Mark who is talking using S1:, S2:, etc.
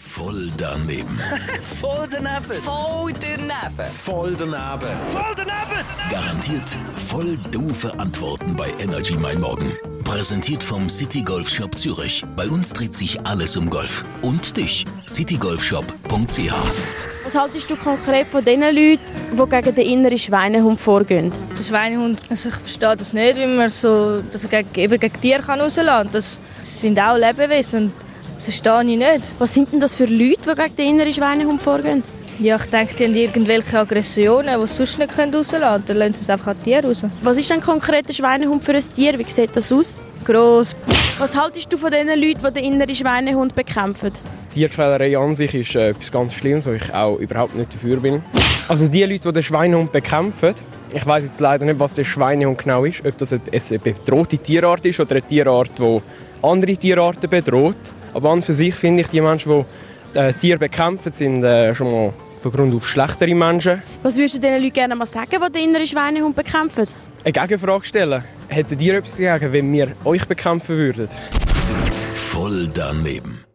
S1: Voll daneben.
S2: Voll daneben.
S3: Voll daneben.
S4: Voll daneben.
S2: Voll daneben!
S1: Garantiert voll doofe Antworten bei Energy Mein Morgen. Präsentiert vom City Golf Shop Zürich. Bei uns dreht sich alles um Golf. Und dich, citygolfshop.ch.
S5: Was haltest du konkret von den Leuten, die gegen den inneren Schweinehund vorgehen?
S6: Der Schweinehund, also ich verstehe das nicht, wie man so, dass er gegen, eben gegen Tiere kann rauslassen kann. Das sind auch Lebewesen und das verstehe ich nicht.
S5: Was sind denn das für Leute, die gegen den inneren Schweinehund vorgehen?
S6: Ja, ich denke, die haben irgendwelche Aggressionen, die sie sonst nicht können rauslassen können. Dann lassen sie es einfach an die Tiere raus.
S5: Was ist denn konkret ein Schweinehund für ein Tier? Wie sieht das aus?
S6: Gross.
S5: Was haltest du von den Leuten, die den inneren Schweinehund bekämpfen?
S7: Tierquälerei an sich ist äh, etwas ganz Schlimmes, wo ich auch überhaupt nicht dafür bin. Also die Leute, die den Schweinehund bekämpfen, ich weiß jetzt leider nicht, was der Schweinehund genau ist, ob das eine, eine bedrohte Tierart ist oder eine Tierart, die andere Tierarten bedroht. Aber an und für sich finde ich, die Menschen, die äh, Tiere bekämpfen, sind äh, schon mal von Grund auf schlechtere Menschen.
S5: Was würdest du den Leuten gerne mal sagen, die den inneren Schweinehund bekämpfen?
S7: Eine Gegenfrage stellen. Hättet ihr etwas dagegen, wenn wir euch bekämpfen würden?
S1: Voll daneben.